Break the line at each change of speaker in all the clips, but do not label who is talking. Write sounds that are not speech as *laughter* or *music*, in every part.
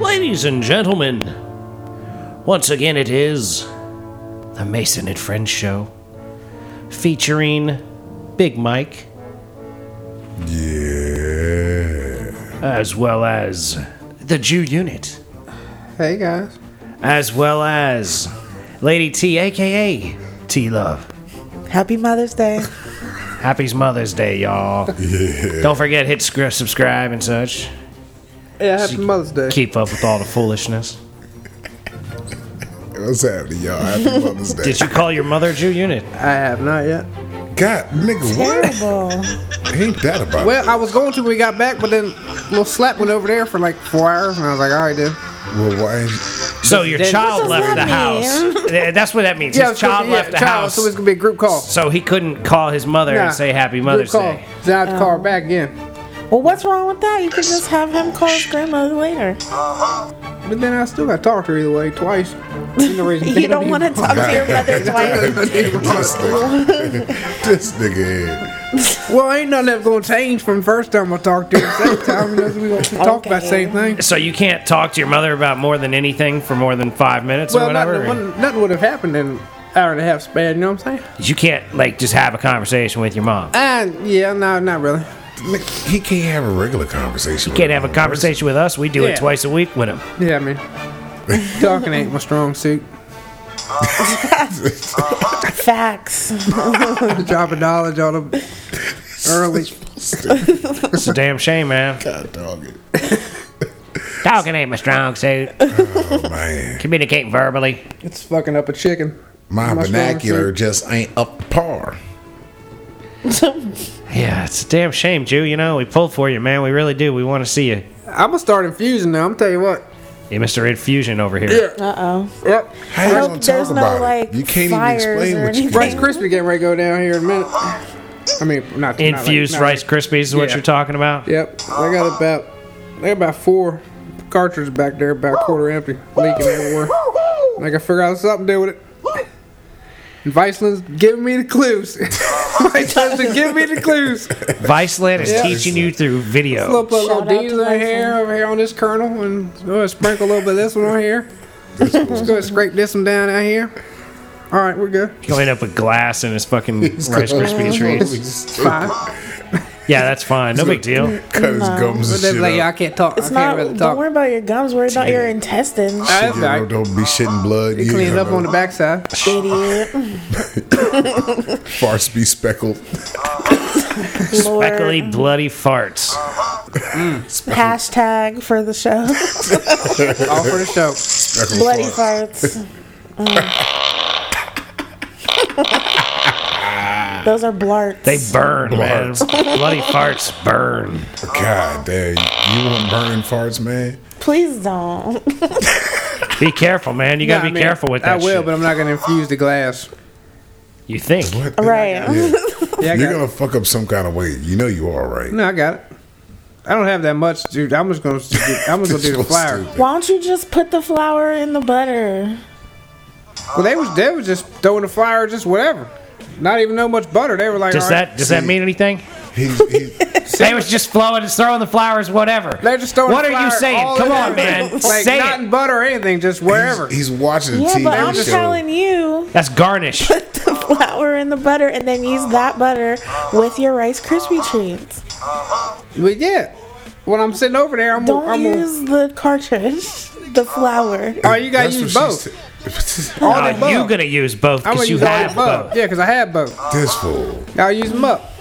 Ladies and gentlemen, once again it is the Mason and Friends Show featuring Big Mike. Yeah. As well as the Jew Unit.
Hey guys.
As well as Lady T, aka T Love.
Happy
*laughs*
Mother's Day.
Happy Mother's Day, y'all. Don't forget, hit scr- subscribe and such.
Yeah, happy Mother's Day.
Keep up with all the foolishness.
What's happening, y'all?
*laughs*
Happy Mother's Day.
Did you call your mother a Jew Unit?
I have not yet.
God, nigga, what?
Terrible.
Ain't that about
Well, I was going to when we got back, but then little slap went over there for like four hours, and I was like, all right, then.
it? Well, why?
So your
Then-
child
What does
left the
that
house. *laughs* Yeah, That's what that means. His
it's gonna
child
be- yeah,
left the
child,
house,
So it's gonna be a group call.
so he couldn't call his mother
Nah,
and say Happy Mother's
group call.
Day.
Then I have to call
Oh.
her back again.
Well, what's wrong with that? You can just have him call his grandmother later.
But then I still got to talk to her either way twice. Ain't no reason
*laughs* You
*laughs*
don't want to talk to your mother twice.
this nigga. this nigga.
Well, ain't nothing that's gonna change from the first time I talked to her. Second time, you know, we gonna
*laughs*
keep talking about the same thing.
So you can't talk to your mother about more than anything for more than five minutes or
Well,
whatever.
nothing, wouldn't- nothing would have happened in an hour and a half span. You know what I'm saying?
you can't like just have a conversation with your mom.
And yeah, no, not really.
Nigga, He can't have a regular conversation.
Can't have a
*laughs*
conversation with us. We do
Yeah.
it twice a week with him.
Yeah, I mean, talking ain't my strong suit.
Facts.
The drop of knowledge on them early.
It's a damn shame, man.
God dog it.
Talking ain't my strong suit.
Oh, man.
Communicate verbally.
It's fucking up a chicken.
My
Must be
vernacular
understood.
just ain't up to par.
Yeah, it's a damn shame, Jew. You know we pulled for you, man. We really do. We want to see you.
I'm gonna start infusing now. I'm tell you what.
Hey, Mr. Infusion over here.
Uh oh.
Yep.
How you
hope
gonna
there's
talk
no,
about
like,
it? You can't even
fires
explain
or
what you
Rice
anything.
Krispie getting ready to go down here in a minute. I mean, not not like-
Infused
not
Rice
like-
Krispies is what
Yeah.
you're talking about.
Yep. I got about I got about four cartridges back there, about quarter empty, leaking everywhere. And I gotta figure out something to do with it. And Viceland's giving me the clues. *laughs* Viceland's been giving me the clues.
Viceland is
Yeah.
teaching you through
little
video.
put a little
Shout out
D's
to
on here,
Viceland.
over here on this kernel, and go ahead and sprinkle a little bit of this one on here. Let's go ahead and scrape this one down out here. All right, we're good.
He'll end up with glass in his
*laughs*
fucking Rice Krispie treats.
treats.
Fine.
Yeah, that's fine. No big
*laughs*
deal.
*laughs* Cut his gums
But
and
they
shit
be like, yeah, I
up.
can't talk.
It's
I can't
not.
really
Don't
talk.
worry about your gums. Worry about your intestines.
That's
You
right.
know, don't be shitting blood.
You clean it up on the backside.
*laughs*
Idiot.
Farce be speckled.
Speckly
Lord.
bloody farts.
Hashtag for
*laughs*
the show. *laughs*
All for the show.
Speckled
Bloody
farce.
farts. Mm. *laughs* Those are blarts.
They burn, man. bloody farts burn.
God damn. You want burning farts, man?
Please don't.
Be careful, man. You gotta be
Nah, I mean,
careful with that
I will,
shit.
but I'm not gonna infuse the
*laughs*
glass.
you think?
What? the-
Right. *laughs*
Yeah.
Yeah, I
You're
got
gonna
it.
fuck up some kind of way. You know you are, right?
No, I got it. I don't have that much, dude. I'm just gonna, do, I'm just gonna
*laughs*
do the flour.
Why don't you just put the flour in the butter?
Well, they was they was just throwing the flour, just whatever. Not even know much butter. They were like,
Does
all right.
that does that mean anything?
He's, he's,
They was just flowing, just throwing the flowers, whatever.
They're just throwing
What
the
are you
flour
saying?
all
Come
in
on,
there.
man.
Like
Say
not in
it.
butter or anything, just *laughs* wherever.
he's watching the
Yeah,
TV
but I'm
show.
telling you,
That's
*laughs*
garnish.
put *laughs* the flour in the butter and then use that butter with your Rice Krispie treats.
but yeah, when I'm sitting over there, I'm
Don't
gonna. I'm gonna
use the cartridge, *laughs* the flour.
all right, you gotta use both.
*laughs* both.
All
Are
the above.
Uh, you gonna use both
I'm gonna
because you
use all the
have
above.
both.
Yeah, because I have both.
this fool.
I'll use them up.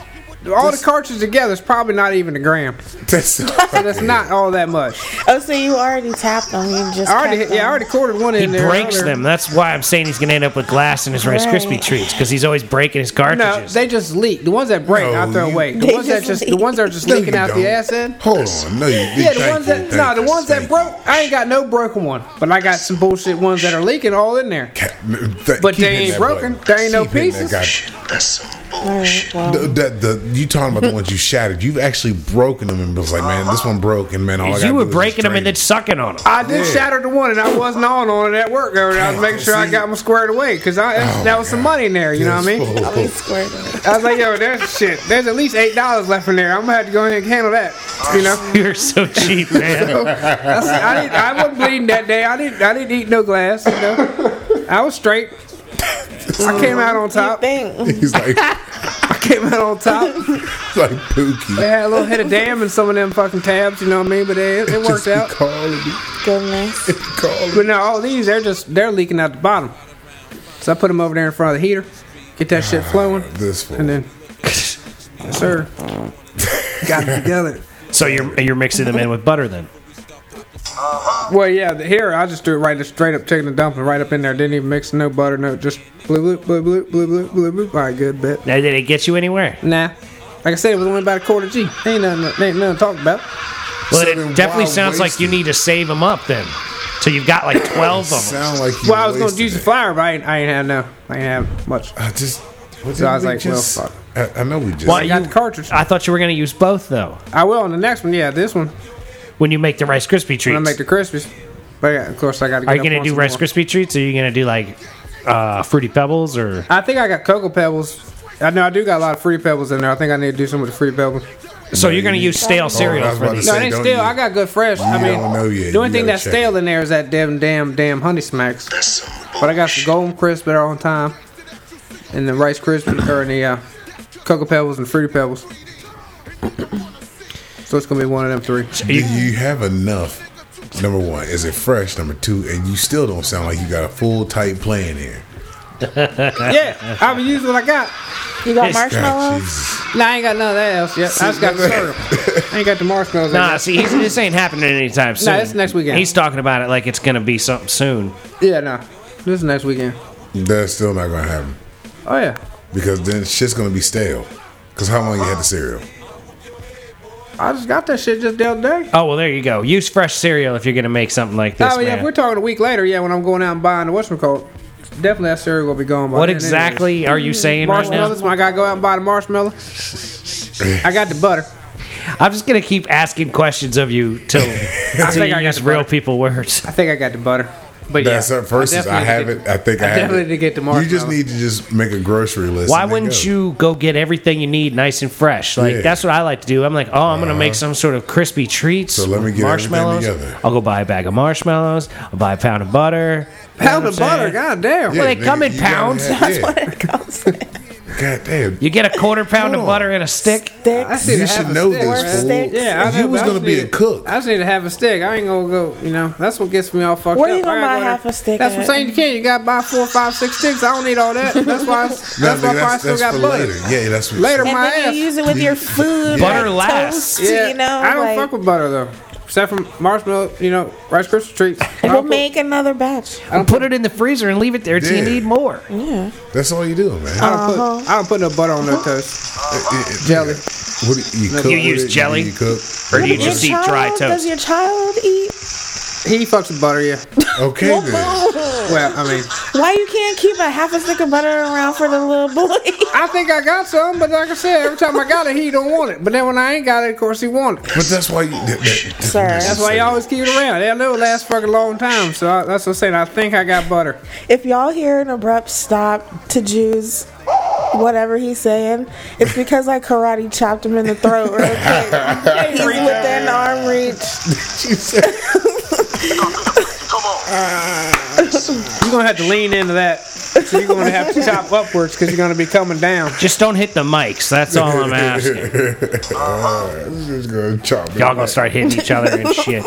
All the cartridges together is probably not even a gram.
That's,
*laughs* That's not all that much.
Oh, so you already tapped them. You just
I already,
kept
yeah, I already
*laughs*
quartered one in
He
there.
breaks
earlier.
them. That's why I'm saying he's gonna end up with glass in his Rice
Right.
Krispie treats because he's always breaking his
No,
cartridges.
they just leak. The ones that break,
No,
I throw
you-
away. The
They
*laughs*
ones that
just
just, the ones that are just leaking out the ass end.
Hold on. No, you
Yeah, the ones that no, the ones that broke. I ain't got no broken one, but I got some bullshit ones that are leaking all in there.
broke.
But they ain't broken. There ain't no pieces.
God,
Shit, that's some bull.
All right. Well,
The, that the you talking about the ones you shattered? You've actually broken them and was like, man, this one broke, and man, all I
you
gotta
were
do is just
breaking them and
drain
then sucking on them.
I did
Yeah. Oh,
shatter the one, and I wasn't on on it at work. I was making sure I
See?
got them squared away because I that's-
Oh,
that
my
was some
God.
money in there. You know what I
This
mean?
fool.
we squared it.
I was like, yo, there's shit. There's at least eight dollars left in there. I'm gonna have to go ahead and handle that. You know,
*laughs* You're so cheap,
*laughs*
man.
I, said, I, didn't, I wasn't bleeding that day. I didn't. I didn't eat no glass. You know, I was straight. I came out on
You
top. *laughs*
think?
*laughs* He's like, he's
I came out on top.
like
They
Pookie.
had a little hit of damn in some of them fucking tabs. You know what I mean? But they, it
Just
worked
keep
out.
Calling me,
Goodness.
keep calling me.
But now all these, they're just they're leaking out the bottom. So I put them over there in front of the heater, get that shit flowing,
This fool.
and then *laughs* yes, sir, got it together.
so you're you're mixing them in with butter then.
Well, yeah, the, here I just threw it right, just straight up chicken and dumpling right up in there. Didn't even mix no butter, no, just blue, blue, blue, blue, blue, blue, blue, blue. All right, good bit.
Now, did it get you anywhere?
Nah, like I said, it was only about a quarter G. Ain't nothing, ain't nothing to talk about.
Well,
So then
it definitely
why
sounds like
waste
you
it?
need to save them up then. So you've got like 12 of
*coughs*
them.
Sound like you
Well, I was gonna
wasted
juice the
it.
flour, but I ain't, I ain't had no, I ain't had much.
I just. What
So
did
I was
we
like, well,
just-
fuck.
I, I know we just.
Why
I got the cartridge.
I thought you were going to use both though
I will on the next one. Yeah, this one.
when you make the Rice Krispie treats.
when I make the Krispies. But yeah, of course, I got to.
are you going to do Rice Krispie treats or are you going to do like uh, Fruity Pebbles or
I think I got cocoa pebbles. I know I do got a lot of free pebbles in there. I think I need to do some with the free pebbles.
So you're going to use stale
I
cereal
was
for
about to
these.
No,
Say,
it ain't
don't
stale.
you-
I got good fresh. I
you
mean,
don't know yet.
the
You
only thing
gotta
that's
check
stale in there is that damn, damn, damn honey smacks. But I got the golden crisp that are on time, and the rice krispies *coughs* or the uh, cocoa pebbles and fruity pebbles. *coughs* So it's gonna be one of them
*laughs*
three.
Do you have enough? Number one, is it fresh? Number two, and you still don't sound like you got a full tight plan here.
Yeah, I will use what I got.
You got
Yes.
God,
marshmallows?
Jesus.
Nah, I ain't got none of that else yet. I just got
*laughs*
the syrup. I ain't got the marshmallows. in
Nah,
there.
see, he's, this ain't happening anytime
*laughs*
soon.
it's next weekend.
He's talking about it like it's going to be something soon.
Yeah, no. This is next weekend.
That's still not gonna happen
Oh yeah.
because then shit's gonna be stale. Because how long you had the cereal?
I just got that shit just the other day.
Oh well, there you go. Use fresh cereal if you're going to make something like this.
oh yeah,
man.
if we're talking a week later, yeah, when I'm going out and buying the whatchamacallit, definitely that cereal will be gone by
what
then
exactly are you saying
anyways.
right now?
Marshmallows, when I gotta go out and buy the
*laughs*
marshmallow. I got the butter.
I'm just gonna keep asking questions of you
*laughs*
till, till
think
you
I got
use
the
real
butt.
people words.
I think I got the butter. But
That's
yeah,
our first. is I
definitely
have
did-
it. I think I,
I
have
definitely
it.
did get the
You just
marshmallow.
need to just make a grocery list.
Why
and then
wouldn't
go.
you go get everything you need nice and fresh? Like
Yeah. Uh-huh.
that's what I like to do. I'm like, oh, I'm gonna make some sort of crispy treats.
So let me
with
get everything
marshmallows.
together.
I'll go buy a bag of marshmallows. I'll buy a pound of butter. You know
Pound
what
of
I'm
butter,
saying? Yeah.
goddamn.
Well, they come in
you gotta
pounds.
*laughs*
have-
That's
yeah.
what it comes
God damn.
You get a quarter pound of
Hold on.
butter and a stick.
I
Sticks.
see
You
the
should
half a
know
stick.
this,
Worst
fool.
thing.
Yeah, I
If
know,
you
but
was
I
gonna
just
be
need
a
to-
cook.
I just need to have a stick. I ain't gonna go. You know, that's what gets me all fucked
Where you
up. I
gonna
gotta
buy
go there-
half a stick
That's what I'm
at?
saying. You can't. You got to buy four, five, six sticks. I don't need all that. That's why. I, that's
*laughs* No,
why
nigga,
I still got
for
butter.
later. Yeah, that's what
Later,
*laughs* And
my
then
ass.
you use it with your food.
Butter
like
lasts.
Toast, you know,
I don't
like,
fuck with butter though, except for marshmallow. You know, Rice Krispie treats. I
We'll
don't
make another batch.
And put it in the freezer and leave it there till you
Yeah.
need more.
Yeah.
That's all you do, man.
Put, I don't put. I don't put no butter on no toast.
It- it-
Oh. Jelly.
What do you, cook
You
with
use
it? do
jelly?
You cook.
Or do you
Does
just
your
eat dry
child-
toast?
Does your child eat?
He fucks with butter, yeah.
Okay,
Well,
then.
Well, I mean,
Why you can't keep a half a stick of butter around for the little boy? *laughs*
I think I got some, but like I said, every time I got it, he don't want it. But then when I ain't got it, of course he want it.
But that's why you. That, that,
Sir.
That's why you always keep it around. That little last fucking long time. So I, that's what I'm saying. I think I got butter.
if y'all hear an abrupt stop to Jews, whatever he's saying, it's because I karate chopped him in the throat real
*laughs*
quick. he's within arm reach. *laughs*
You're gonna have to lean into that. So you're gonna have to chop upwards because you're gonna be coming down.
Just don't hit the mics. That's all I'm asking.
*laughs*
I'm just gonna chop it.
Y'all gonna start hitting each other and shit.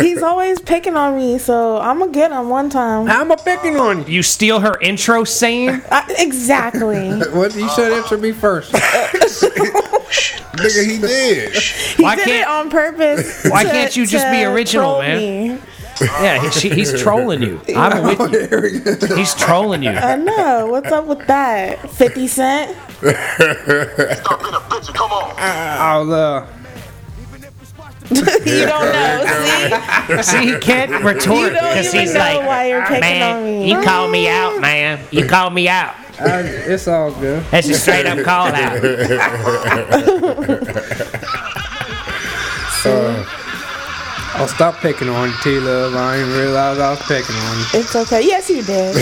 He's always picking on me, so I'm gonna get him one time.
I'm a picking on you.
You steal her intro saying?
I,
*laughs*
exactly.
What you should answer me first.
Nigga, *laughs* he did.
He
Why
did
can't-
it on purpose.
Why
to-
can't you just
to
be original,
troll
man?
me.
Yeah, he, she, he's trolling
*laughs*
you. I'm with you. He's trolling you.
I know. What's up with that? 50 Cent?
Ah,
I'll uh
you don't know.
See, he can't
See?
retort
You don't
because
even
he's
know
like,
why you're picking on
man,
me.
you call me out, man. You call me out.
I, it's all good.
That's a straight up call out.
I'll Oh, stop picking on T Love. I didn't realize I was picking on you.
It's okay. Yes, you
*laughs*
did.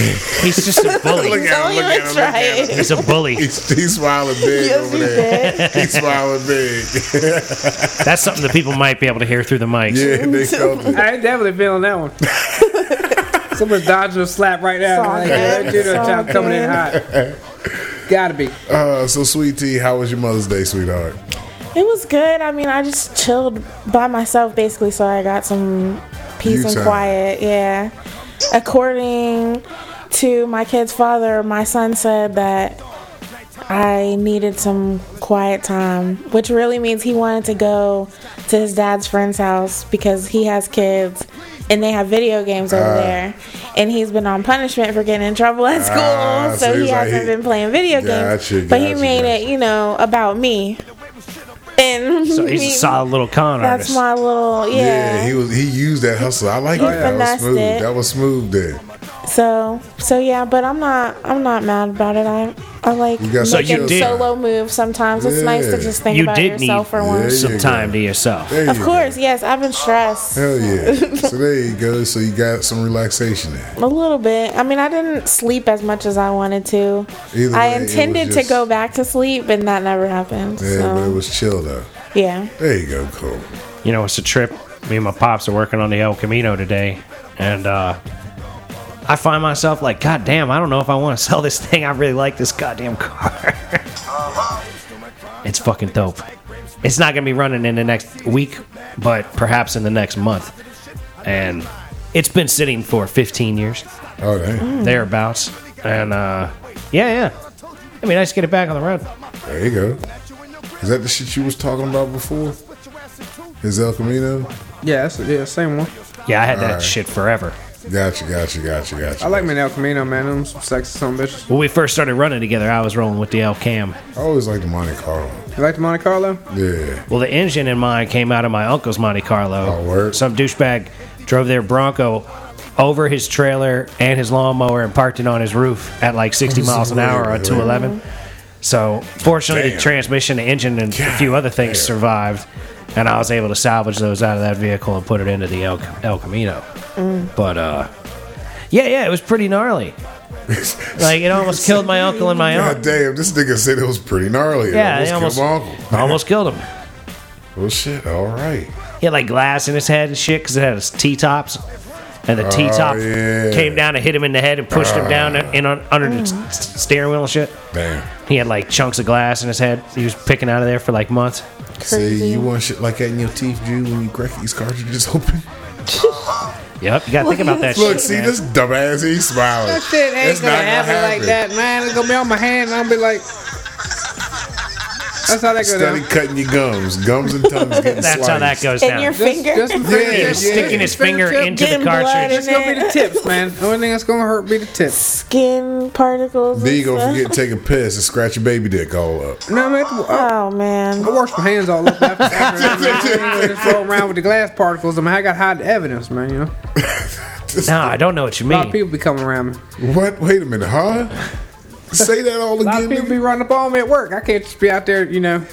He's just a
Look
bully.
at him,
Don't
look at
even
him,
try
look
it.
He's a bully.
He's, he's smiling big
Yes,
over
you
there. He's smiling big. *laughs*
That's something that people might be able to hear through the mics.
yeah, they felt it.
I ain't definitely feeling that *laughs* one. Someone's dodging a slap right now.
It's all
Like,
good.
that dude
It's all
child coming in
good.
hot. Gotta be.
Uh, so, Sweet Tea, how was your Mother's Day, sweetheart?
It was good. I mean, I just chilled by myself basically, so I got some peace
You
and
time.
quiet. Yeah. According to my kid's father, my son said that I needed some quiet time, which really means he wanted to go to his dad's friend's house because he has kids and they have video games over there. And he's been on punishment for getting in trouble at school,
Ah. Ah, so
so, he
he's like,
hasn't
he-
been playing video
Gotcha,
games. But he
gotcha,
made it,
gotcha.
you know, about me.
*laughs*
And
So
*laughs*
he's a
me-
solid little con
that's
artist.
my little yeah.
Yeah, he was. He used that hustle. I like
He
that. That was
finessed
smooth.
it.
That was smooth. There.
so so yeah, but I'm not I'm not mad about it. I I like
You got
So
making
you did-
solo moves sometimes. It's nice to
Yeah.
just think
You
about
did
yourself
need-
for
There
once.
you
Some time
go.
to yourself.
There
Of
you go.
course, yes, I've been stressed *laughs*
Hell yeah. so there you go. So you got some relaxation there.
a little bit. I mean, I didn't sleep as much as I wanted to.
Either
I
way, it was
intended
just-
to go back to sleep, and that never happened.
Yeah, but it
so
was chill though.
yeah,
There you go, cool.
You know, it's a trip. Me and my pops are working on the El Camino today, and uh, I find myself like, God damn, I don't know if I want to *laughs* sell this thing. I really like this goddamn car. *laughs* it's fucking dope. It's not gonna be running in the next week, but perhaps in the next month. And it's been sitting for 15 years,
Oh, damn.
Mm. thereabouts. And uh, yeah, yeah. I mean, I just get it back on the road.
There you go. Is that the shit you was talking about before? Is El Camino?
Yeah, that's yeah, same one.
Yeah, I had that
Alright.
shit forever.
Gotcha, gotcha, gotcha, gotcha.
I like me an El Camino, man. Them some sexy some bitches.
When we first started running together, I was rolling with the L Cam.
I always like the Monte Carlo.
You like the Monte Carlo?
Yeah.
Well, the engine in mine came out of my uncle's Monte Carlo.
Oh, word.
Some douchebag drove their Bronco over his trailer and his lawnmower and parked it on his roof at like 60
*laughs* This is
miles an
weird,
hour on
man.
211. So, fortunately,
Damn.
the transmission, the engine, and a few other things
damn.
survived. And I was able to salvage those out of that vehicle and put it into the El, El Camino. But, uh, yeah, yeah, it was pretty gnarly. Like, it almost killed my uncle and my
*laughs* God
aunt.
damn, this nigga said it was pretty gnarly.
Yeah,
it
it
almost
almost,
killed my uncle.
almost killed him.
*laughs* Well, shit. All right.
He had like glass in his head and shit because it had his T tops. And the T top
Oh, yeah. Ah.
came down and hit him in the head and pushed him down in, un under the s- s- steering wheel and shit.
Damn.
He had like chunks of glass in his head. He was picking out of there for like months.
See,
Crazy.
you want shit like that in your teeth, Jew, when you crack these cartridges open?
Yep, you gotta think about that
Look,
shit.
see
man.
this dumbass, he's smiling.
That shit ain't
It's
gonna
not
happen, like that, man. It's gonna be on my hand, and I'll be like, that's how that goes
Study
down.
cutting your gums, gums and
*laughs*
tongues getting
That's how that
sliced.
goes
and your
down.
finger.
Just, just
Yeah,
yeah,
yeah.
Sticking his finger into the
Getting blood
cartridge.
It's gonna be the tips, man. The only thing that's gonna hurt be the tips.
skin particles.
Then
and
you gonna
stuff.
forget to take a piss and scratch your baby dick all up.
No, man. I,
Oh man.
I washed my hands all up
*laughs*
after that. just roll around with the glass particles. I mean, I got to hide the evidence, man. You know,
No, I don't know what you
a lot of
mean.
people be coming around me.
What? Wait a minute, huh? Say that all
A lot of
again.
people be
nigga?
running up on me at work. I can't just be out there, you know,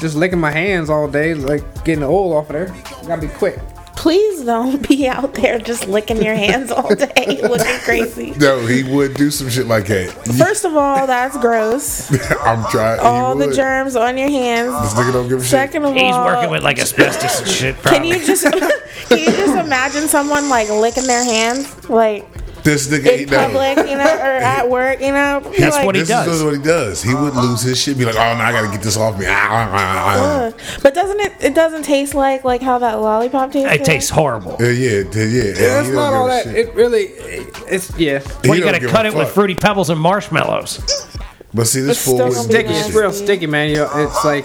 just licking my hands all day, like getting the oil off of there. Gotta be quick.
Please don't *laughs* be out there just licking your hands all day, looking
*laughs*
crazy.
No, he would do some shit like that. *laughs*
*laughs* First of all, that's gross.
I'm trying. he
All the
would.
germs on your
This
hands.
nigga don't give a shit.
Second of all,
He's working with like asbestos and shit. *laughs*
Can
Probably.
you just *laughs* can you just imagine someone like licking their hands like
This nigga
in
ain't no.
public, you know,
*laughs*
or at work, you know?
That's
like,
what he
This
does.
is what he does. He would lose his shit. Be like, oh no, I gotta get this off me. Ah, ah, ah, ah.
Ugh. But doesn't it? It doesn't taste like like how that lollipop tastes.
It tastes horrible.
Yeah, yeah, yeah. yeah.
That's
he don't
not
give
all
a
that.
shit.
It really, it's yeah.
He
Well, you
don't
gotta
give a
cut it with
fuck.
fruity pebbles and marshmallows.
But see, this
It's
fool
still
was
gonna be
Sticky.
sticky.
nasty.
It's real sticky, man. You know, it's like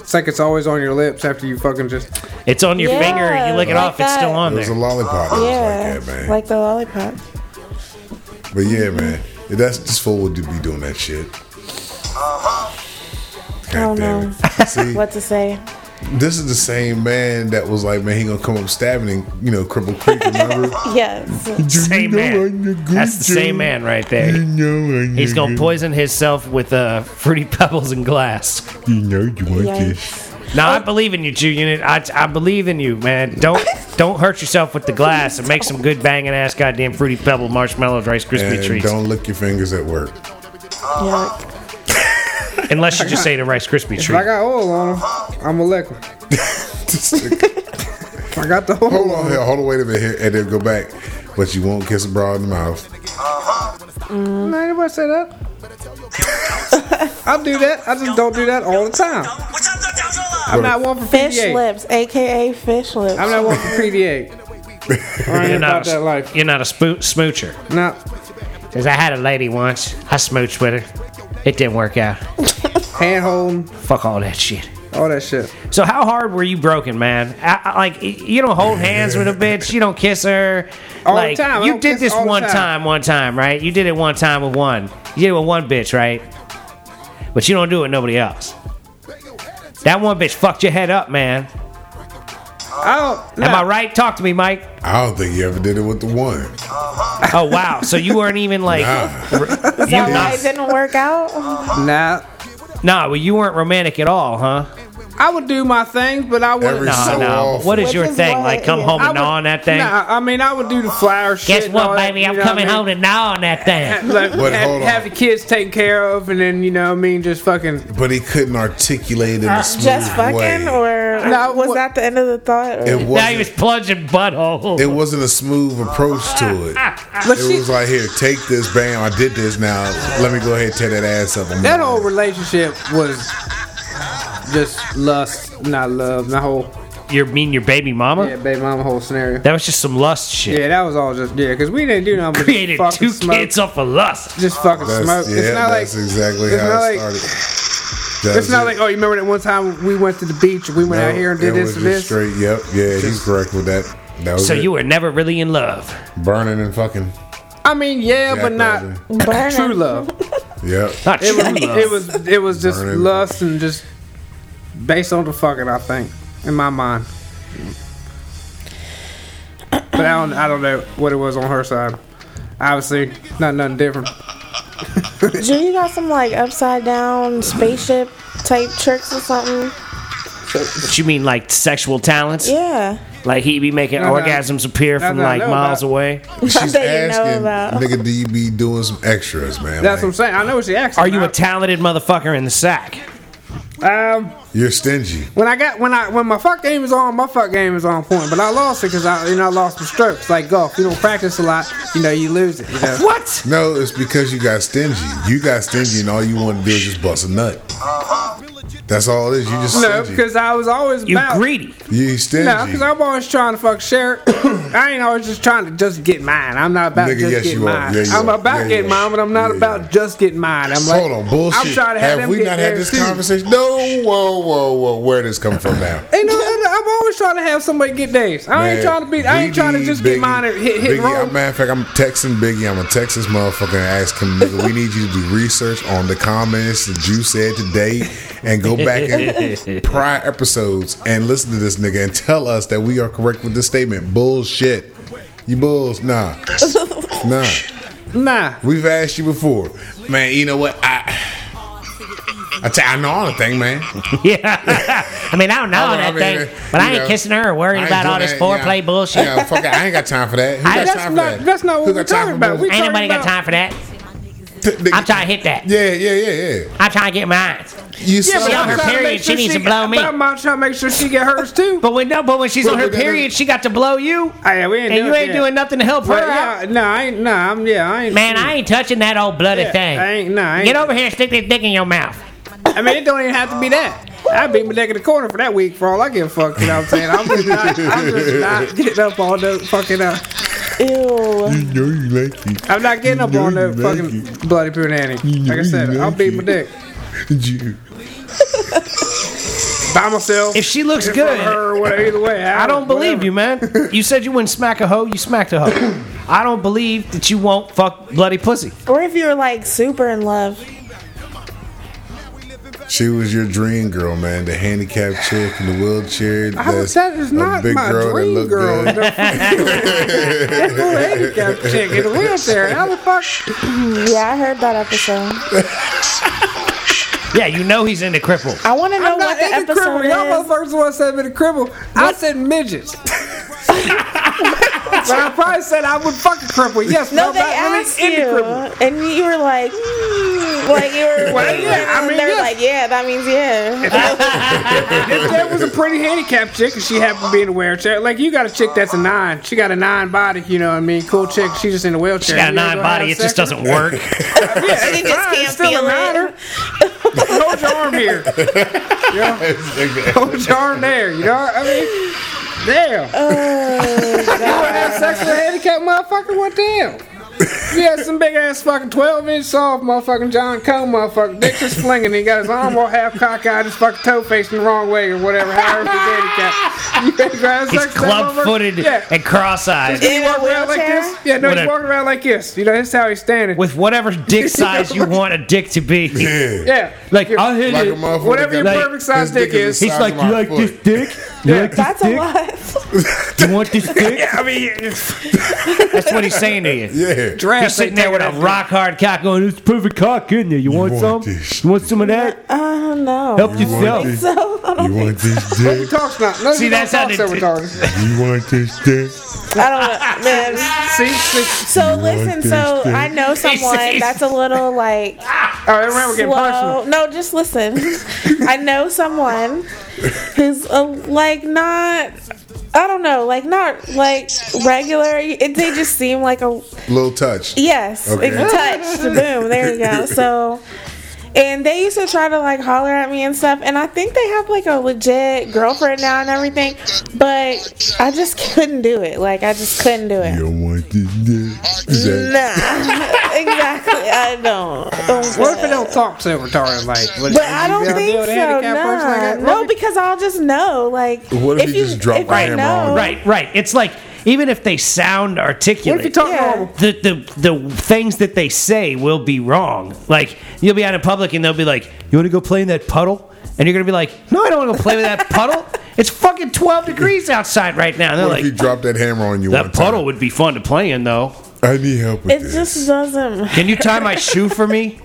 it's like it's always on your lips after you fucking just.
It's on your
Yeah,
finger and you lick it
like
off, it's still
that.
on
It was a
there.
lollipop. that
Yeah,
was like that, man.
like the lollipop.
but yeah, man, that's this fool would do- be doing that shit. God
Oh,
damn
no.
it! See,
*laughs*
What to say?
This is the same man that was like, man, he gonna come up stabbing and you know, Cripple
*laughs*
Creek. Remember?
Yes.
Same man. That's the same man right there. He's gonna poison himself with uh, fruity *laughs* pebbles and glass.
You know you want
Yikes.
this.
No, I believe in you, Jew Unit. I, I believe in you, man. Don't don't hurt yourself with the glass and make some good banging ass goddamn fruity pebble marshmallows, Rice Krispie
And
treats.
don't lick your fingers at work.
Yuck.
Unless you just say the Rice Krispie
If I
treat.
got oil on them, I'm a
*laughs*
liquor. If I got the oil
hold
on
on, here, hold on, wait a minute, here, and then go back. But you won't kiss a broad in the mouth.
them, I ain't about to say that. I do that. I just don't do that all the time. I'm not one for
Fish
PDA.
lips, aka fish lips.
I'm not one for
*laughs*
PDA. I ain't
You're not,
about that
a,
life.
you're not a spoo- smoocher.
No.
Because I had a lady once. I smooched with her. It didn't work out.
Hand holding,
Fuck all that shit.
all that shit.
So how hard were you broken, man? I, I, like y- you don't hold hands with a bitch, you don't kiss her.
*laughs* All the
like,
time, I
You
don't
did
kiss
this
all the
one time.
time.
one time, right? You did it one time with one. You did it with one bitch, right? But you don't do it with nobody else. That one bitch fucked your head up, man.
I don't.
Am I
nah.
right? Talk to me, Mike.
I don't think you ever did it with the one.
Oh wow, so you weren't even like,
Ah,
you
Is that why
not-
it didn't work
*laughs*
out?
Nah.
nah, well you weren't romantic at all, huh?
I would do my things, but I wouldn't.
Every
No,
So
no.
awful.
What is
Which
your
is
thing?
what-
Like come
yeah.
home
I
and
would-
gnaw on that thing.
Nah, I mean, I would do the flower shit.
Guess
and all
what,
that,
baby?
you
I'm
know what I
coming
mean?
home and gnaw on that
*laughs*
thing.
Like,
But
have,
hold on.
have the kids taken care of, and then you know, what I mean, just fucking.
but he couldn't articulate in
Uh,
a smooth
Just fucking,
way.
or
No,
was
what-
that the end of the thought? Or-
it
Now he was
wasn't.
plunging butthole.
It wasn't a smooth approach to it.
But
It
she-
was like, here, take this, bam, I did this. Now let me go ahead and tear that ass up. I'm
that
done.
whole relationship was just lust, not love. The whole
You mean your baby mama?
yeah, baby mama whole scenario.
That was just some lust shit.
Yeah, that was all just yeah, because we didn't do nothing.
*laughs*
But
Created
just fucking
two
smoke,
kids off of lust.
Just fucking
That's,
smoke.
yeah,
it's not like
that's exactly
it's
how
not
it
like-
started.
it's
That's
not
it.
like oh, you remember that one time we went to the beach, we went out
No,
here and did
it
this
was
and
just
this.
Straight, yep, yeah, he's correct with that. That was
So
it.
you were never really in love.
burning and fucking.
I mean, yeah, but not
Jackknifing.
Burning.
true love. *laughs*
Yep.
Not
It
true
was,
love.
it was it was just
Burning.
lust and just based on the fucking I think in my mind. But I don't I don't know what it was on her side. Obviously, not nothing different.
Drew, you got some like upside down spaceship type tricks or something?
But you mean like sexual talents?
Yeah. *laughs*
Like he be making
No, no.
orgasms appear
No,
from
no, I
like
know
miles
about-
away?
that
She's
you know
asking,
about.
nigga, do you be doing some extras, man?
That's what I'm
Like,
saying. I know what she asked.
Are you
I-
a talented motherfucker in the sack?
um
you're stingy.
when I got when I when my fuck game is on, my fuck game is on point. But I lost it because I you know I lost some strokes. Like golf, you don't practice a lot, you know you lose it. You know?
What?
No, it's because you got stingy. You got stingy, and all you want to do is just bust a nut. That's all it is. You just
Uh-huh. No,
stingy.
because I was always
You
about
greedy. *laughs*
you stingy.
No, because I'm always trying to fuck
*coughs*
share. I ain't always just trying to just get mine. I'm not about
Nigga,
just
yes,
getting
you are.
mine.
Yeah, you
I'm
are.
about
Yeah, you
getting
are.
mine, but I'm not
Yeah, you
about
are.
just getting mine. I'm like,
Hold on, bullshit.
I'm trying to have,
have
them
we
get
not had
theirs
this
too.
conversation? No, whoa, whoa, whoa. Where this come from now?
Ain't no, I'm always trying to have somebody get theirs. *laughs* I ain't
Man,
trying to be. I ain't
BD,
trying to just
Biggie-
get mine and hit hit
Biggie,
wrong.
I'm, matter of fact, I'm texting Biggie. I'm gonna text this motherfucker and ask him, nigga, we need you to do research on the comments that you said today, and go back in prior episodes and listen to this nigga and tell us that we are correct with this statement. Bullshit. You bulls, nah, nah.
Nah,
We've asked you before, man. You know what? I, I, tell I know all the thing, man.
Yeah. I mean, I don't know
I
that
mean,
thing,
uh,
but I
you
ain't
know,
kissing her or worrying
I ain't
about all
doing
this
that,
foreplay
yeah.
bullshit.
Yeah, fuck it. I ain't got time for that. Who got
that's
time for
not-
that?
that's not what
Who
we're
got time
talking
for
about. We
bullshit?
Ain't nobody got
about-
time for that. I'm trying to hit that.
Yeah, yeah, yeah, yeah.
I'm trying to get mine.
You
yeah,
saw
but
on
I'm
her
it.
trying to
period,
make sure
she needs to blow me.
but I'm trying to make sure she get hers too.
*laughs* But when no, but when she's on her
but that
period,
is-
she got to blow you.
Ah, yeah, we ain't
and
doing
you ain't
that.
doing nothing to help her
Well,
out.
yeah, nah, I ain't. Nah, I'm. Yeah, I ain't.
Man, I ain't touching that old bloody
Yeah,
thing.
I ain't- nah, I ain't-
Get over here and stick that dick in your mouth.
I mean, it don't even have to be that. I beat my neck in the corner for that week for all I give a fuck. You know what I'm saying? I'm just not, I'm just not getting up on no fucking. Uh,
Ew.
You know you like it.
I'm not getting up
You know
on no
you like
fucking
it.
bloody punani.
know
Like I
you
said, I'll
like
beat my
it.
dick
You-
by myself.
If she looks
If
good,
I'm her or whatever, either way.
I don't believe you, man. You said you wouldn't smack a hoe, you smacked a hoe. I don't believe that you won't fuck bloody pussy.
Or if you're like super in love.
She was your dream girl, man. The handicapped chick in the wheelchair.
I was- that is
a
not
big
my
girl that
dream
looked
girl. *laughs*
*laughs* good.
The handicapped chick in a wheelchair. How the fuck?
Yeah, I heard that episode.
Yeah, you know he's into cripple.
I want to know
I'm not
what the
into
episode
cribble. Y'all
is.
motherfuckers want to send me to cribble. I said midgets. but I probably said I would fuck a cripple. Yes,
No,
but
they
I'm not
asked
really into
you,
cribble.
and you were
*laughs*
like, mm, like you were,
Well, yeah, I mean,
they're
yeah.
like, yeah, that means *laughs* yeah.
If there was a pretty handicapped chick and she happened to be in a wheelchair, like you got a chick that's a nine. She got a nine body, you know what I mean? Cool chick. She's just in a
She
wheelchair.
got a
You ain't
nine
gonna have
body. It just
sex with
doesn't work.
her. Yeah, it's
You just
fine.
can't
It's still a
feel it.
niner. Hold your arm here. *laughs* Hold your arm there. You know what I mean? Damn.
Oh,
you want to have sex with a handicapped motherfucker? What the hell? You had some big ass fucking 12 inch soft motherfucking John Cole motherfucking dick just flinging. He got his arm all half cockeyed, his fucking toe facing the wrong way or whatever. However, he's handicapped. You ain't gonna have
He's
sex with that motherfucker?
club footed
Yeah.
and cross eyed.
In
He
a
walking around like
wheelchair?
this. Yeah, no,
With
he's
a-
walking around like this. You know, that's how he's standing.
With whatever dick
*laughs*
size you want a dick to be.
Yeah.
yeah.
Like,
You're-
I'll hit
Like a
it.
motherfucker.
Whatever your
got-
Like,
perfect size
his
dick
dick is
is.
the
He's like,
Size of
you
my
like
foot."
this dick? You like this
That's a
dick?
lot. *laughs*
You want
*laughs*
this dick?
I mean,
That's what he's saying to you.
Yeah.
Draft
He's sitting there with a
ain't taking
rock hard cock going, it's perfect cock, isn't it? You want,
want
some?
this.
You want some of that?
Uh, no.
Help
You
yourself.
want,
*laughs*
this,
So I
you
don't,
want this
that.
dick?
Talks not. None
See,
See,
that's
that's
how
talks
they
over
do-
retarded.
You want this dick?
I don't, man.
See, see.
So
You want
listen,
this
so
dick?
*laughs*
I know someone that's a little like
All right, remember, we're getting
slow.
personal.
No, just listen. I know someone who's a, like not. I don't know, like not like regular. It, they just seem like a
Little touch.
yes,
Okay.
it touched. Boom, there you go. So, and they used to try to like holler at me and stuff. And I think they have like a legit girlfriend now and everything. But I just *laughs* couldn't do it. Like I just couldn't do it.
You don't want this dick? Is that-
Nah, *laughs* exactly. I don't. Don't
What if
do
it don't talk so retarded? Like, would-
But I don't
would you be
think
able to
so.
handicap person like
Nah.
that?
No, because I'll just know. Like,
What if you just drop
I
your hammer on
know-
it?
Right, right. It's like, even if they sound
What if you
articulate,
talk
Yeah.
normal?
the, the the things that they say will be wrong. Like you'll be out in public and they'll be like, "You want to go play in that puddle?" And you're gonna be like, "No, I don't want to go play with that
*laughs*
puddle. It's fucking 12 degrees outside right now." And they're
What if you
like,
drop that hammer on you? one
"That
time?
puddle would be fun to play in, though.
I need help with
It
this.
just doesn't.
Can you tie my shoe for me?"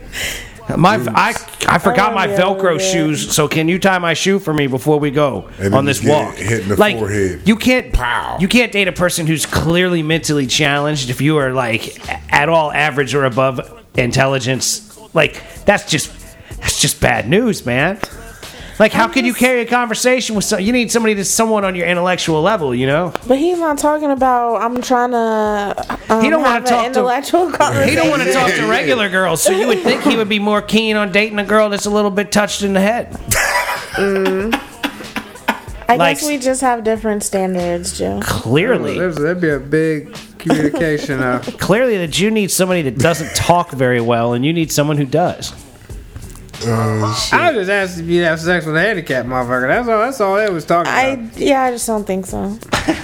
My I I forgot
Oh,
my
yeah,
Velcro
yeah.
shoes, so can you tie my shoe for me before we go
And
on
then
this
you get
walk?
hit in the
like
forehead.
you can't
Pow.
You can't date a person who's clearly mentally challenged if you are like a- at all average or above intelligence. Like that's just that's just bad news, man. Like how can you carry a conversation with some? You need somebody that's someone on your intellectual level, you know.
But he's not talking about. I'm trying to. Um,
He don't wanna
have an
talk to-
intellectual conversation.
He don't want to talk to regular girls, so you would think he would be more keen on dating a girl that's a little bit touched in the head.
I
like-
guess we just have different standards, Joe.
Clearly,
There's- That'd be a big communication.
*laughs*
Uh,
clearly that you need somebody that doesn't talk very well, and you need someone who does.
Oh, shit.
I was just asked if you have sex with a handicapped motherfucker. That's all. That's all that was talking
I yeah, I just don't think so.
about.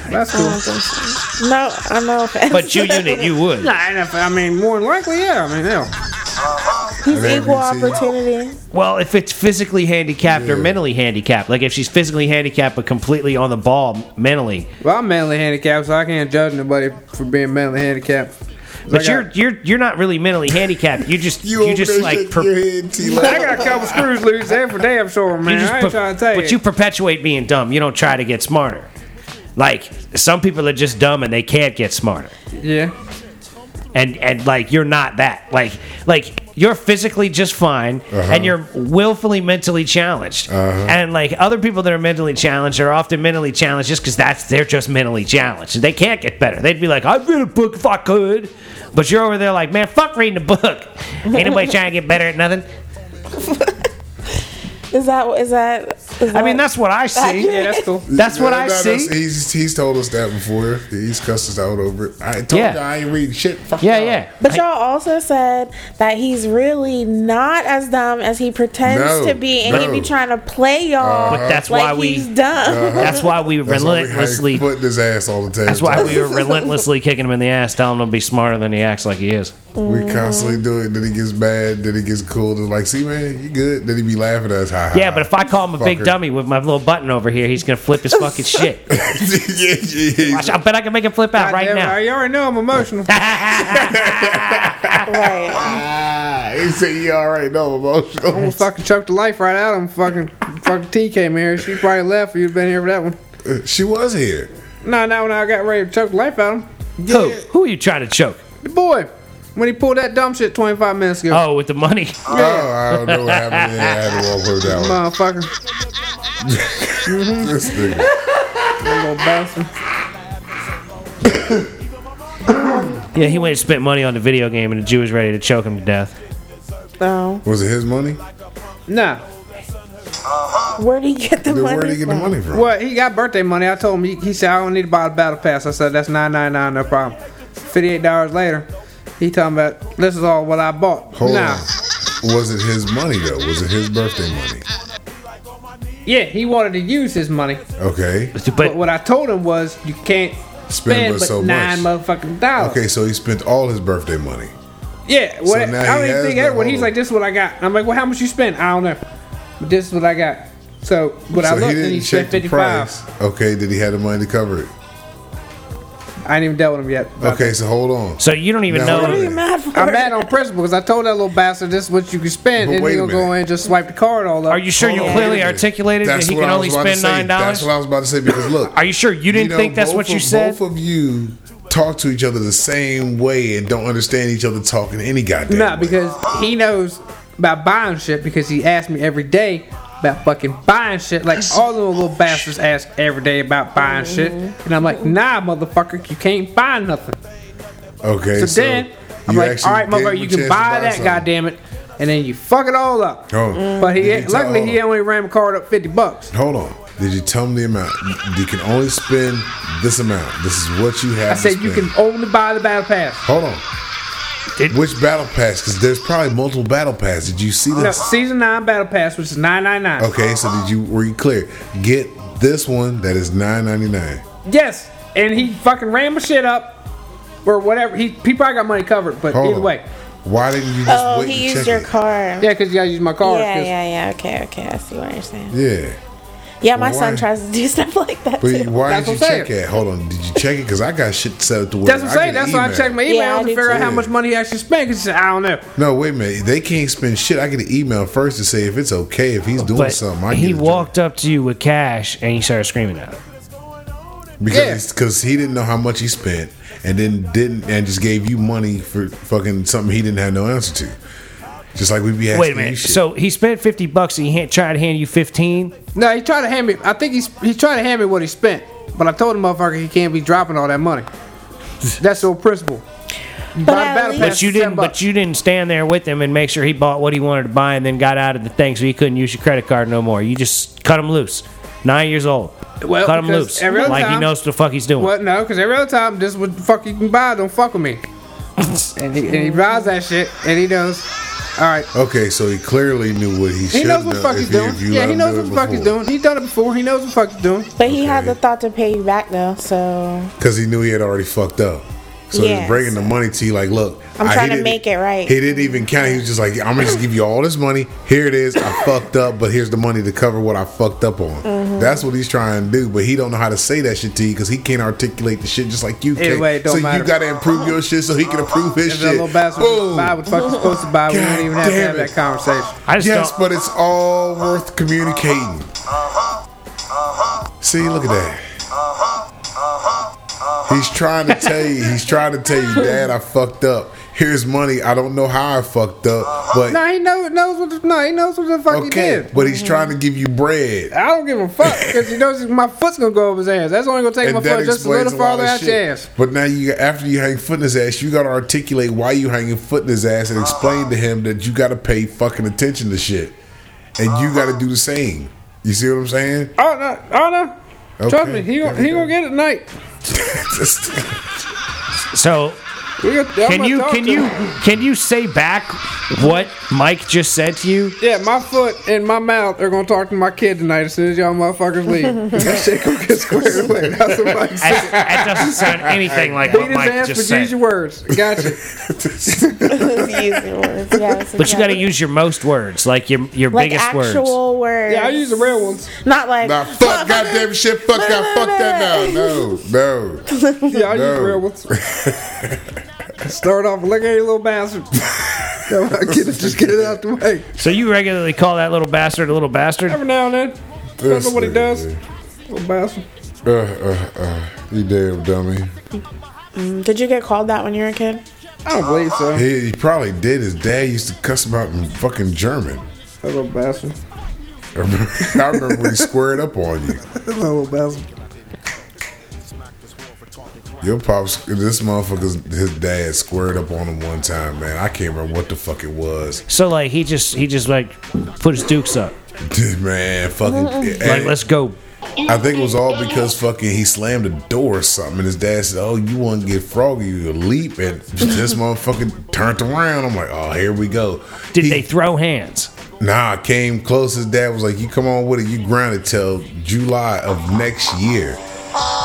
That's cool.
No, I'm no offense.
But
*laughs*
you unit, you would.
Nah, and if, I mean, more than likely, yeah. I mean, hell.
he's
Maybe
equal
it's-
opportunity.
Well, if it's physically handicapped or
Yeah.
mentally handicapped, like if she's physically handicapped but completely on the ball m- mentally,
Well, I'm mentally handicapped, so I can't judge nobody for being mentally handicapped.
but
I got-
you're you're you're not really mentally handicapped. You just *laughs* you,
over
just
there
like
shaking
per-
your head, *laughs* T.
I
Like,
got a couple screws loose there for damn sure, man.
you just
I ain't
per-
trying to tell
but
you.
you perpetuate being dumb. You don't try to get smarter. Like some people are just dumb and they can't get smarter.
yeah.
and and like you're not that like like you're physically just fine and you're willfully mentally challenged and like other people that are mentally challenged are often mentally challenged just because that's they're just mentally challenged they can't get better they'd be like i'd read a book if i could but you're over there like man fuck reading a book ain't nobody trying to get better at nothing
Is that is that? Is
i mean
that-
that's what i see
Yeah,
*laughs*
that's cool.
that's what i
no,
see
no, He's, he's told us that before. He's cussed us out over it. I told
Yeah.
you I ain't reading shit. Fuck
yeah
y'all.
yeah
But y'all also said that he's really not as dumb as he pretends
No,
to be, and he
no. Uh-huh.
be trying to play y'all.
But that's
like
why we-
he's dumb.
that's why we
That's why we
relentlessly
hang- putting his ass all the time. *laughs*
that's why we were relentlessly kicking him in the ass telling him to be smarter than he acts like he is
We constantly do it. Then it gets bad. Then it gets cool. Then like, see, man, you good. Then he be laughing at us. Ha, ha,
Yeah, but if I call him a big
fucker.
dummy with my little button over here, he's gonna flip
*laughs*
his fucking shit.
yeah, yeah, yeah.
Watch, I bet I can make him flip out right
Goddamn, I-
now.
You already know I'm emotional.
*laughs*
Right.
Ah, he said, "You all right? No
I
emotional."
almost fucking choked the life right out of him. Fucking, fucking T came here. She probably left. You'd been here for that one.
she was here.
No, no, when I got ready to choke the life out of him.
Who? Who are you trying to choke?
The boy. When he pulled that dumb shit 25 minutes ago.
Oh, with the money.
Oh, I don't know what happened. Yeah, I had to walk her
Motherfucker.
down. This nigga.
Little bastard.
Yeah, he went and spent money on the video game, and the Jew was ready to choke him to death.
So
Was it his money?
Nah.
*laughs* where do you get the
Then
money?
where did he get the
from?
money from?
Well, he got birthday money. I told him. He, he said, I don't need to buy a battle pass. I said, that's nine nine nine, no problem. $58 later, he talking about, this is all what I bought.
Hold
nah.
on. Was it his money though? Was it his birthday money?
Yeah, he wanted to use his money.
Okay.
But
But
what I told him was, you can't spend
but
but
so
nine
much.
motherfucking dollars.
Okay, so he spent all his birthday money.
Yeah, what,
now
I
he
don't even
has
think
no
everyone. He's
home.
like, this is what I got. And I'm like, well, how much you spend? I don't know. But this is what I got. So, but I
so
looked and he spent 55.
Okay, did he have the money to cover it?
I ain't even dealt with him yet. but
Okay, so hold on.
so you don't even
No.
What are
know.
you mad for?
I'm mad on principle because I told that little bastard this is what you can spend.
But
and
wait
he
a
gonna go
minute.
in and just swipe the card all up.
Are you sure you
Hold on.
clearly articulated that
That's
he
what
can
I
only
was about to
spend
say.
nine dollars?
That's what I was about to say because look.
Are you sure you didn't
know,
think that's
both
what you
of-
said?
Both of you talk to each other the same way and don't understand each other talking any goddamn.
No,
way.
because he knows about buying shit because he asked me every day about fucking buying shit. Like all the little bastards ask every day about buying shit, and I'm like, nah, motherfucker, you can't buy nothing.
okay.
So, then I'm
you
like,
actually
all right,
gave him
motherfucker,
a
you can
chance to
buy that,
something.
goddamn it, and then you fuck it all up.
Oh,
But he
Did you tell-
luckily he
hold
only ran the card up fifty bucks.
on. Hold on. Did you tell him the amount? You can only spend this amount. This is what you have.
I said
to
you
spend.
can only buy the battle pass.
Hold on.
Did-
Which battle pass? Because there's probably multiple battle pass. Did you see
No,
this?
season nine battle pass, which is nine nine nine.
Okay, so did you were you clear? Get this one that is nine ninety nine.
Yes, and he fucking ran my shit up or whatever. He he probably got money covered, but either way,
Why didn't you just
Oh,
wait
he used
and check
your
it?
card.
yeah, because you gotta use my card.
yeah,
'cause-
yeah, yeah. Okay, okay. I see what you're saying.
Yeah,
Yeah, my
Well,
son
why-
tries to do *laughs* stuff like that
but
too.
why
That's
did you
what I'm
check it? Hold on, did you check it? Because I got shit set up to where
That's what I'm
I
saying.
get an
That's why I
email.
checked my email
Yeah, I
to
did
figure out
too.
how much money he actually spent. Because he said, I don't know.
No, wait a minute. They can't spend shit. I get an email first to say if it's okay if he's doing
But
something. I
he
get a
walked up to you with cash, and you started screaming at him.
job. because because he didn't know how much he spent and then didn't and just gave you money for fucking something he didn't have no answer to. Just like we be asking
Wait a
you
minute.
shit.
So he spent fifty bucks, and he ha- tried to hand you fifteen.
No, he tried to hand me. I think he's he tried to hand me what he spent, but I told the motherfucker he can't be dropping all that
*laughs*
money. That's the old principle. You
But
buy the
at
battle
least-
pass
But you
for 10
didn't. But
bucks.
you didn't stand there with him and make sure he bought what he wanted to buy, and then got out of the thing, so he couldn't use your credit card no more. You just cut him loose. Nine years old.
Well,
cut him
because
loose.
every other
Like he
time-
knows what the fuck he's doing.
Well, no, because every other time, this is what the fuck you can buy. Don't fuck
*laughs*
with me. and, he, and he buys that shit, and he knows. All right,
Okay, so he clearly knew what he should
he knows what the fuck he's doing. yeah, he knows what the fuck he's doing. He done it before. He knows what the fuck he's doing.
But he had
Okay.
the thought to pay you back though, so *laughs*
Because he knew he had already fucked up. So he was
Yes.
bringing the money to you like, look.
I'm
I- he
trying to
didn't-
make it right.
He didn't even count. He was just like, I'm going to just give you all this money. Here it
*laughs*
is. I fucked up, but here's the money to cover what I fucked up on.
Mm-hmm.
That's what he's trying to do, but he don't know how to say that shit to you because he can't articulate the shit just like you
Either
can.
way, it don't
so
matter.
you got to improve your shit so he can improve his
If that
shit.
little bastard
Boom.
buy what the fuck he's supposed to buy, we
God
don't even have to have
damn it.
that conversation.
I just
Yes,
don't.
but it's all worth communicating. See, look at that. He's trying to tell you. He's trying to tell you, Dad, I fucked up. Here's money. I don't know how I fucked up, but
No, he knows, knows what the, no, he knows what the fuck he
okay.
did.
But he's trying to give you bread.
I don't give a fuck because he knows my foot's gonna go over his ass. That's only gonna take my
And
foot
that
just a
explains
little
a lot
farther
of
out your
shit.
ass.
But now you, after you hang foot in his ass, you got to articulate why you hanging foot in his ass and explain to him that you got to pay fucking attention to shit, and you got to do the same. You see what I'm saying? *laughs*
Oh no, oh no. Trust
Okay,
me, he
there
gon-
we
he
go.
gonna get it tonight.
Just-
So
We got- I'm
Can
gonna
you
talk
can
to
you
him.
can you say back what Mike just said to
*laughs*
you?
Yeah, my foot and my mouth are gonna talk to my kid tonight as soon as y'all
*laughs*
motherfuckers leave. 'Cause that shit gonna get
*laughs*
squared away. That's what Mike
That,
said.
that doesn't sound anything like
Beat
what
his
Mike
ass,
just
but use your
said. *laughs*
words. Gotcha.
Use your words.
*laughs*
Yes,
But you got to
exactly.
use your most words, like your your
like
biggest words.
actual words.
yeah, I use the real ones.
Not like *laughs*
Nah, fuck goddamn shit. Fuck that. Fuck that. No, no, no.
Yeah, I use
No.
the real *laughs* ones. Start off, look at you, little *laughs* bastard. Come on, get it, just get it out the way.
So you regularly call that little bastard a little bastard.
Every now and then, don't know what he does. little bastard.
Uh, uh, uh, you damn dummy.
Did you get called that when you were a kid?
I don't believe so. That
He, he probably did. His dad used to cuss him out in fucking German.
little bastard.
I remember- *laughs* I remember when he squared up on you.
*laughs* That little bastard.
Your pops, this motherfucker's his dad squared up on him one time, man. I can't remember what the fuck it was. *laughs*
So like he just he just like put his dukes up.
man, fucking. and
Like let's go.
I think it was all because fucking he slammed the door or something, and his dad said, "Oh, you want to get froggy? You leap!"
*laughs*
And this motherfucker turned around. I'm like, "Oh, here we go."
Did
He-
they throw hands?
Nah, came close. His dad was like, "You come on with it. You ground it till July of next year."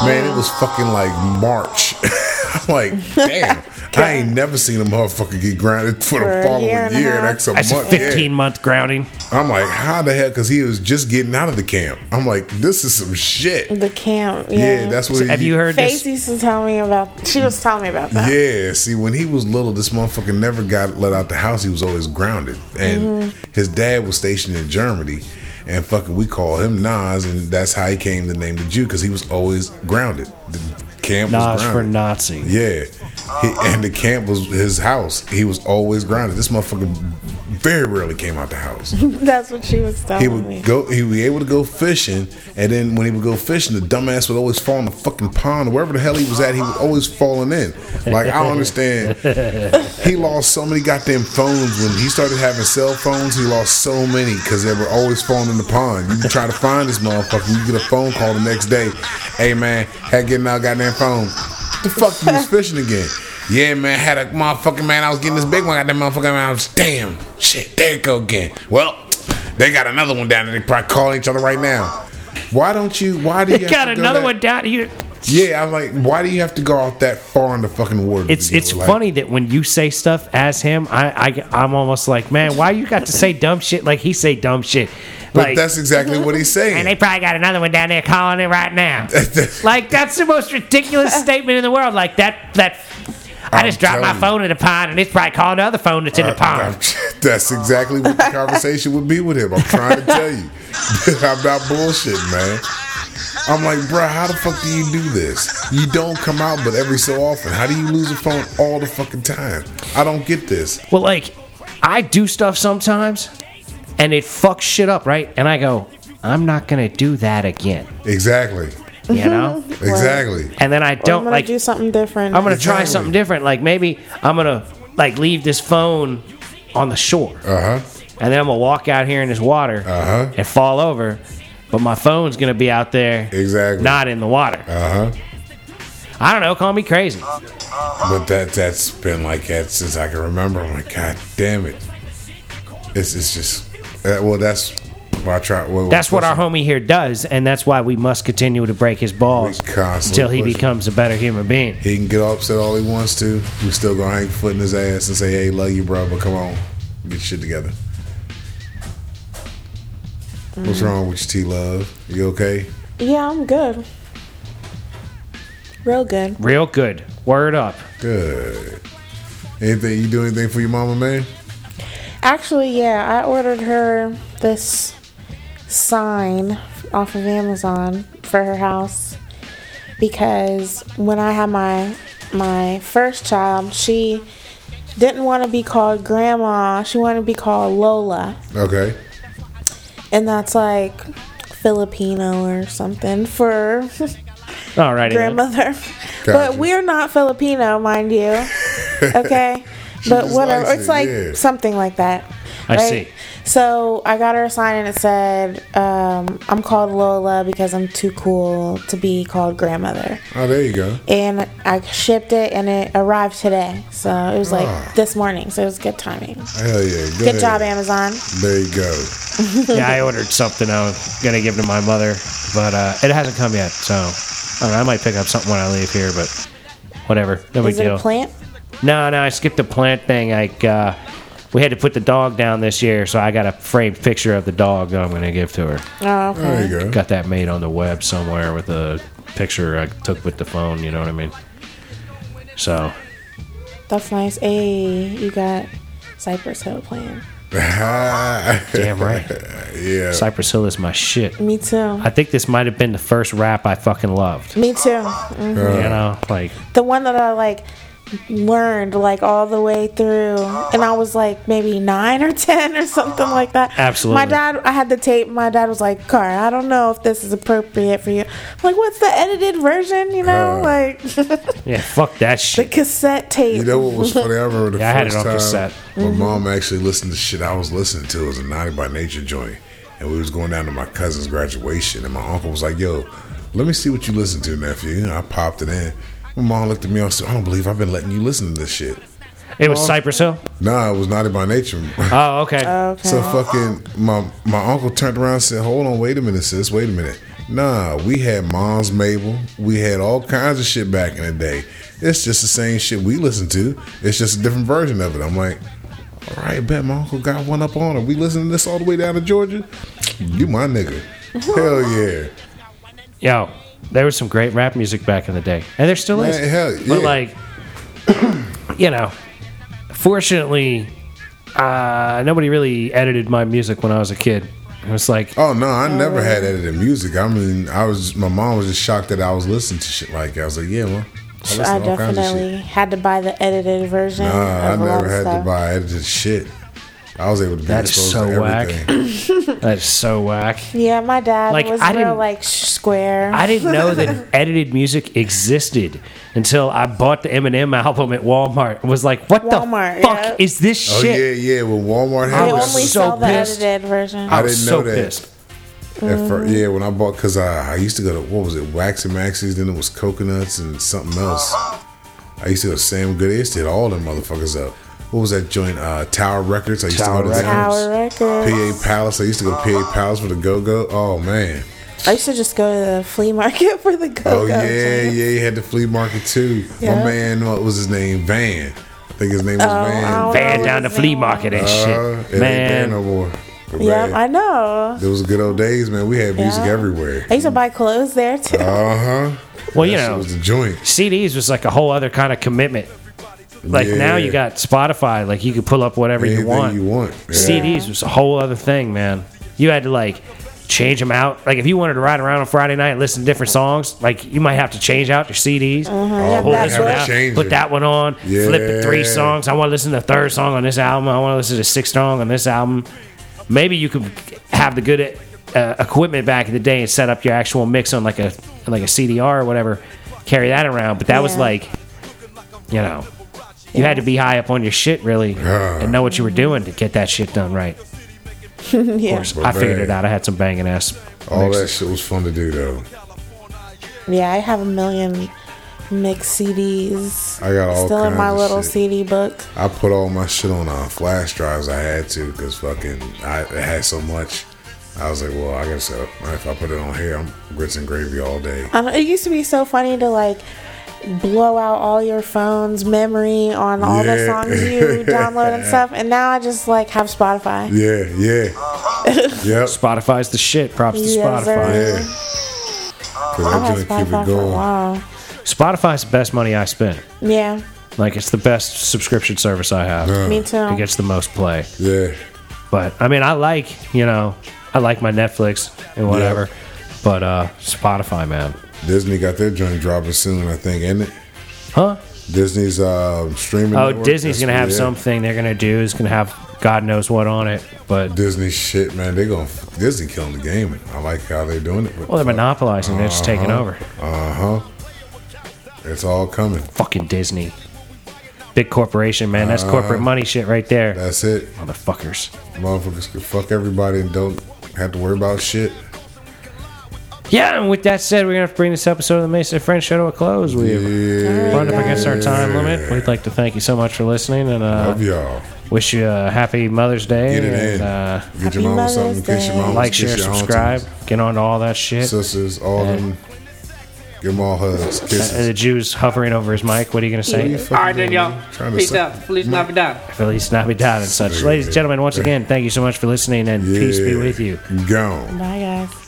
Man, it was fucking like March. *laughs* I'm like, damn,
*laughs*
I ain't never seen a motherfucker get grounded
For
for the
a
following
year
year.
and a half.
That's a
That's a
month.
15 month grounding.
Yeah. I'm like, how the hell? Because he was just getting out of the camp. I'm like, this is some shit.
The camp. Yeah.
Yeah, that's what.
Have
he-
you heard
Face
this?
used to tell me about. She was telling me about that.
Yeah, see, when he was little, this motherfucker never got let out the house. He was always grounded, and
Mm-hmm.
his dad was stationed in Germany, and fucking we call him Nas, and that's how he came to name the Jew because he was always grounded. The camp was
Nas for
grounded.
Nazi.
yeah, he, and the camp was his house. He was always grounded. This motherfucker very rarely came out the house.
*laughs* That's what she was telling
He
me.
would go. He would be able to go fishing, and then when he would go fishing, the dumbass would always fall in the fucking pond, wherever the hell he was at. He was always falling in. Like I don't understand. he lost so many goddamn phones when he started having cell phones. He lost so many because they were always falling in the pond. You try to find this motherfucker, you get a phone call the next day. Hey man, had getting out goddamn phone. The fuck
*laughs*
you was fishing again? Yeah, man, had a motherfucking man. I was getting this big one. Got that motherfucking man. I was damn shit. There it go again. Well, they got another one down there. They probably calling each other right now. Why don't you? Why do you?
You
have
got
to go
another
that-
one down. You,
Yeah, I'm like, why do you have to go out that far in the fucking water? to
it's
do it?
it's
Like,
funny that when you say stuff as him, I, I I'm almost like, man, why you got to say dumb shit like he say dumb shit?
But
Like,
that's exactly what he's
*laughs*
saying.
and they probably got another one down there calling it right
*laughs*
now. like that's the most *laughs* ridiculous statement in the world. Like that that. I
I'm
just dropped my
telling you.
phone in the pond, and it's probably calling the other phone that's in the
I-
pond.
I'm- *laughs* that's exactly
*laughs*
what the conversation would be with him. I'm trying to tell you. *laughs* I'm not bullshitting, man. I'm like, bruh, how the fuck do you do this? You don't come out, but every so often. How do you lose a phone all the fucking time? I don't get this.
Well, like, I do stuff sometimes, and it fucks shit up, right? And I go, I'm not gonna do that again,
Exactly.
*laughs*
you know?
Exactly.
and then I
I'm
don't
gonna
like.
do something different.
I'm gonna try
Exactly.
something different. Like maybe I'm gonna like leave this phone on the shore,
Uh huh.
and then I'm gonna walk out here in this water
Uh huh.
and fall over, but my phone's gonna be out there,
Exactly.
not in the water.
Uh huh.
I don't know. Call me crazy.
But that that's been like that since I can remember. I'm like, God damn it! It's it's just uh, well, that's what I try. Well,
That's what our homie here does, and that's why we must continue to break his balls
We constantly
until he
push him.
becomes a better human being.
He can get all upset all he wants to. We still gonna hang foot in his ass and say, "Hey, love you, bro, but come on, get your shit together." What's
Mm.
wrong with you, T Love? You okay?
yeah, I'm good. Real good.
Real good. Word up.
Good. Anything you do anything for your mama, man?
Actually, yeah, I ordered her this sign off of Amazon for her house because when I had my my first child, she didn't want to be called grandma. She wanted to be called Lola.
Okay.
And that's like Filipino or something
*laughs*
for
Alrighty. then.
grandmother.
Gotcha.
But we're not
*laughs*
Filipino, mind you. Okay? but
just
whatever.
likes
it's
it,
like
yeah.
something like that.
I
right?
see.
So I got her a sign and it said, um, I'm called Lola because I'm too cool to be called grandmother.
Oh, there you go.
And I shipped it and it arrived today. So it was like
Ah.
this morning. So it was good timing.
Hell yeah. Go
Good job,
ahead.
Amazon.
There you go.
yeah, I ordered something I'm gonna give to my mother, but uh, it hasn't come yet. So I, don't know, I might pick up something when I leave here, but whatever, no big
Is it
deal.
a plant?
No, no, I skipped the plant thing. Like uh, we had to put the dog down this year, so I got a framed picture of the dog that I'm gonna give to her.
Oh, okay.
There you *laughs* go.
Got that made on the web somewhere with a picture I took with the phone. You know what I mean? So
That's nice. Hey, you got Cypress Hill playing.
damn right,
*laughs* yeah.
Cypress Hill is my shit.
Me too.
I think this might have been the first rap I fucking loved.
Me too. Mm.
Uh.
You know, like
The one that I like learned like all the way through and I was like maybe 9 or *laughs* 10 or something like that.
Absolutely.
My dad I had the tape. My dad was like, "Car, I don't know if this is appropriate for you." I'm like, "What's the edited version, you know?"
Uh.
like *laughs* the
yeah, fuck that shit.
cassette tape.
You know what was funny? I remember the
Yeah, I had it
first
on
time
cassette.
my mom actually listened to shit I was listening to. It was a Naughty by Nature joint, and we was going down to my cousin's graduation, and my uncle was like, "Yo, let me see what you listen to, nephew." And I popped it in. My mom looked at me and said, "I don't believe I've been letting you listen to this shit."
It was Cypress Hill.
Nah, it was Naughty by Nature. *laughs*
Oh, okay.
okay.
so fucking my my uncle turned around and said, "Hold on, wait a minute, sis, wait a minute." Nah, we had Mom's Mabel. We had all kinds of shit back in the day. It's just the same shit we listen to. It's just a different version of it. I'm like, all right, bet my uncle got one up on her. We listen to this all the way down to Georgia. You my nigga. Hell yeah.
Yo, there was some great rap music back in the day, and there still
Man,
is.
hell,
But
yeah.
like, *clears throat* you know, fortunately, uh, nobody really edited my music when I was a kid. It was like,
Oh no, I never had edited music. I mean, I was my mom was just shocked that I was listening to shit like that. I was like, yeah, well, listen to
I
all kinds of shit.
definitely had to buy the edited version.
Nah, Uh, I
of a lot
never
of
had
stuff.
to buy edited shit. I was able to be
That is
exposed
so
to
whack.
everything.
that's so whack.
Yeah, my dad
Like,
was
I
real
didn't-
like sh- square.
I didn't know
*laughs*
that edited music existed until I bought the Eminem album at Walmart. I was like, what the
Walmart,
fuck
yeah.
is this
Oh
shit?
yeah, yeah. When Walmart
I
they
had
was
only
so
sell the
pissed.
edited version.
I
was
didn't
so
know that.
pissed.
at first, yeah, when I bought because I, I used to go to what was it, Wax and Maxis, then it was Coconuts and something else. I used to go to Sam Good. I used to hit all them motherfuckers up. What was that joint? Uh, Tower Records. I used
Tower
to go to
Tower
them.
Records.
PA Palace. I used to go to PA Palace for the Go Go. Oh man.
I used to just go to the flea market *laughs* for the go-go.
Oh yeah,
joint.
yeah. He had the flea market too.
Yeah.
My man, what was his name? Van. I think his name was
Oh,
Van.
I don't
Van
know
down the
his
flea
name.
market and
Uh, it
shit.
ain't there no
Man,
more.
Yep,
Man,
I know.
Those was good old days, man. We had music
Yeah.
everywhere.
I used to buy clothes there too.
Uh huh.
well, you
That shit
know,
was the joint.
CDs was like a whole other kind of commitment. Like
Yeah.
now you got Spotify, like you can pull up whatever
Anything
you want.
you want. Yeah.
CDs was a whole other thing, man. You had to like change them out. Like if you wanted to ride around on Friday night and listen to different songs, like you might have to change out your CDs.
Oh,
Pull
we
this
had
one
to
out,
change
put
it.
that one on, flip it three
Yeah.
songs. I want to listen to the third song on this album. I want to listen to the sixth song on this album. Maybe you could have the good uh, equipment back in the day and set up your actual mix on like a on like a CDR or whatever. Carry that around, but that was
Yeah.
like, you know, you had to be high up on your shit really
Yeah.
and know what you were doing to get that shit done right.
*laughs* yeah.
I figured it
man.
out. I had some banging ass.
All that
mixes.
shit was fun to do though.
yeah, I have a million mixed CDs.
I got all
still in
kinds
my
of
little
shit.
CD book.
I put all my shit on uh, flash drives. I had to because fucking I I had so much. I was like, well, I guess uh, if I put it on here, I'm grits and gravy all day.
I don't, it used to be so funny to like blow out all your phone's memory on all the
Yeah.
songs you
*laughs*
download and stuff, and now I just like have Spotify.
Yeah, yeah,
*laughs*
yep,
Spotify's the shit. Props to
Yes,
Spotify.
sir.
yeah. Cause
I had
I'm gonna keep
Spotify
it
for a
going.
while.
Spotify's the best money I spent.
Yeah,
Like it's the best subscription service I have.
me too.
It gets the most play.
Yeah,
But I mean, I like you know, I like my Netflix and whatever. But uh Spotify, man,
Disney got their joint dropping soon, I think, isn't it?
huh?
Disney's uh, streaming.
Oh,
network,
Disney's
that's-
gonna have
yeah.
something they're gonna do. Is gonna have God knows what on it. But
Disney shit, man. They gonna Disney killing the game. I like how they're doing it.
well, they're monopolizing. They're
Uh-huh.
just taking over.
Uh huh. It's all coming.
Fucking Disney. Big corporation, man.
Uh-huh.
That's corporate money shit right there.
That's it.
Motherfuckers.
Motherfuckers can fuck everybody and don't have to worry about shit.
Yeah, and with that said, we're gonna have to bring this episode of the Mason and Friends show to a close. We've
Yeah.
run up against our time limit. We'd like to thank you so much for listening, and uh,
Love y'all.
wish you a happy Mother's Day.
Get it
and,
in.
Uh,
Get your
Happy
mama something.
Mother's
Kiss your
Day.
mama.
like,
kiss
share,
your aunties,
subscribe. Get on to all that shit.
Sisters, all of them. Give them all hugs,
Uh,
kisses.
the Jew's hovering over his mic. What are you gonna say?
All right, then, y'all.
Trying to
Peace
suck-
out. Feliz Navidad.
Feliz Navidad and such.
Yeah.
Ladies and gentlemen, once again, thank you so much for listening and peace be
Yeah.
with you.
Gone.
Bye, guys.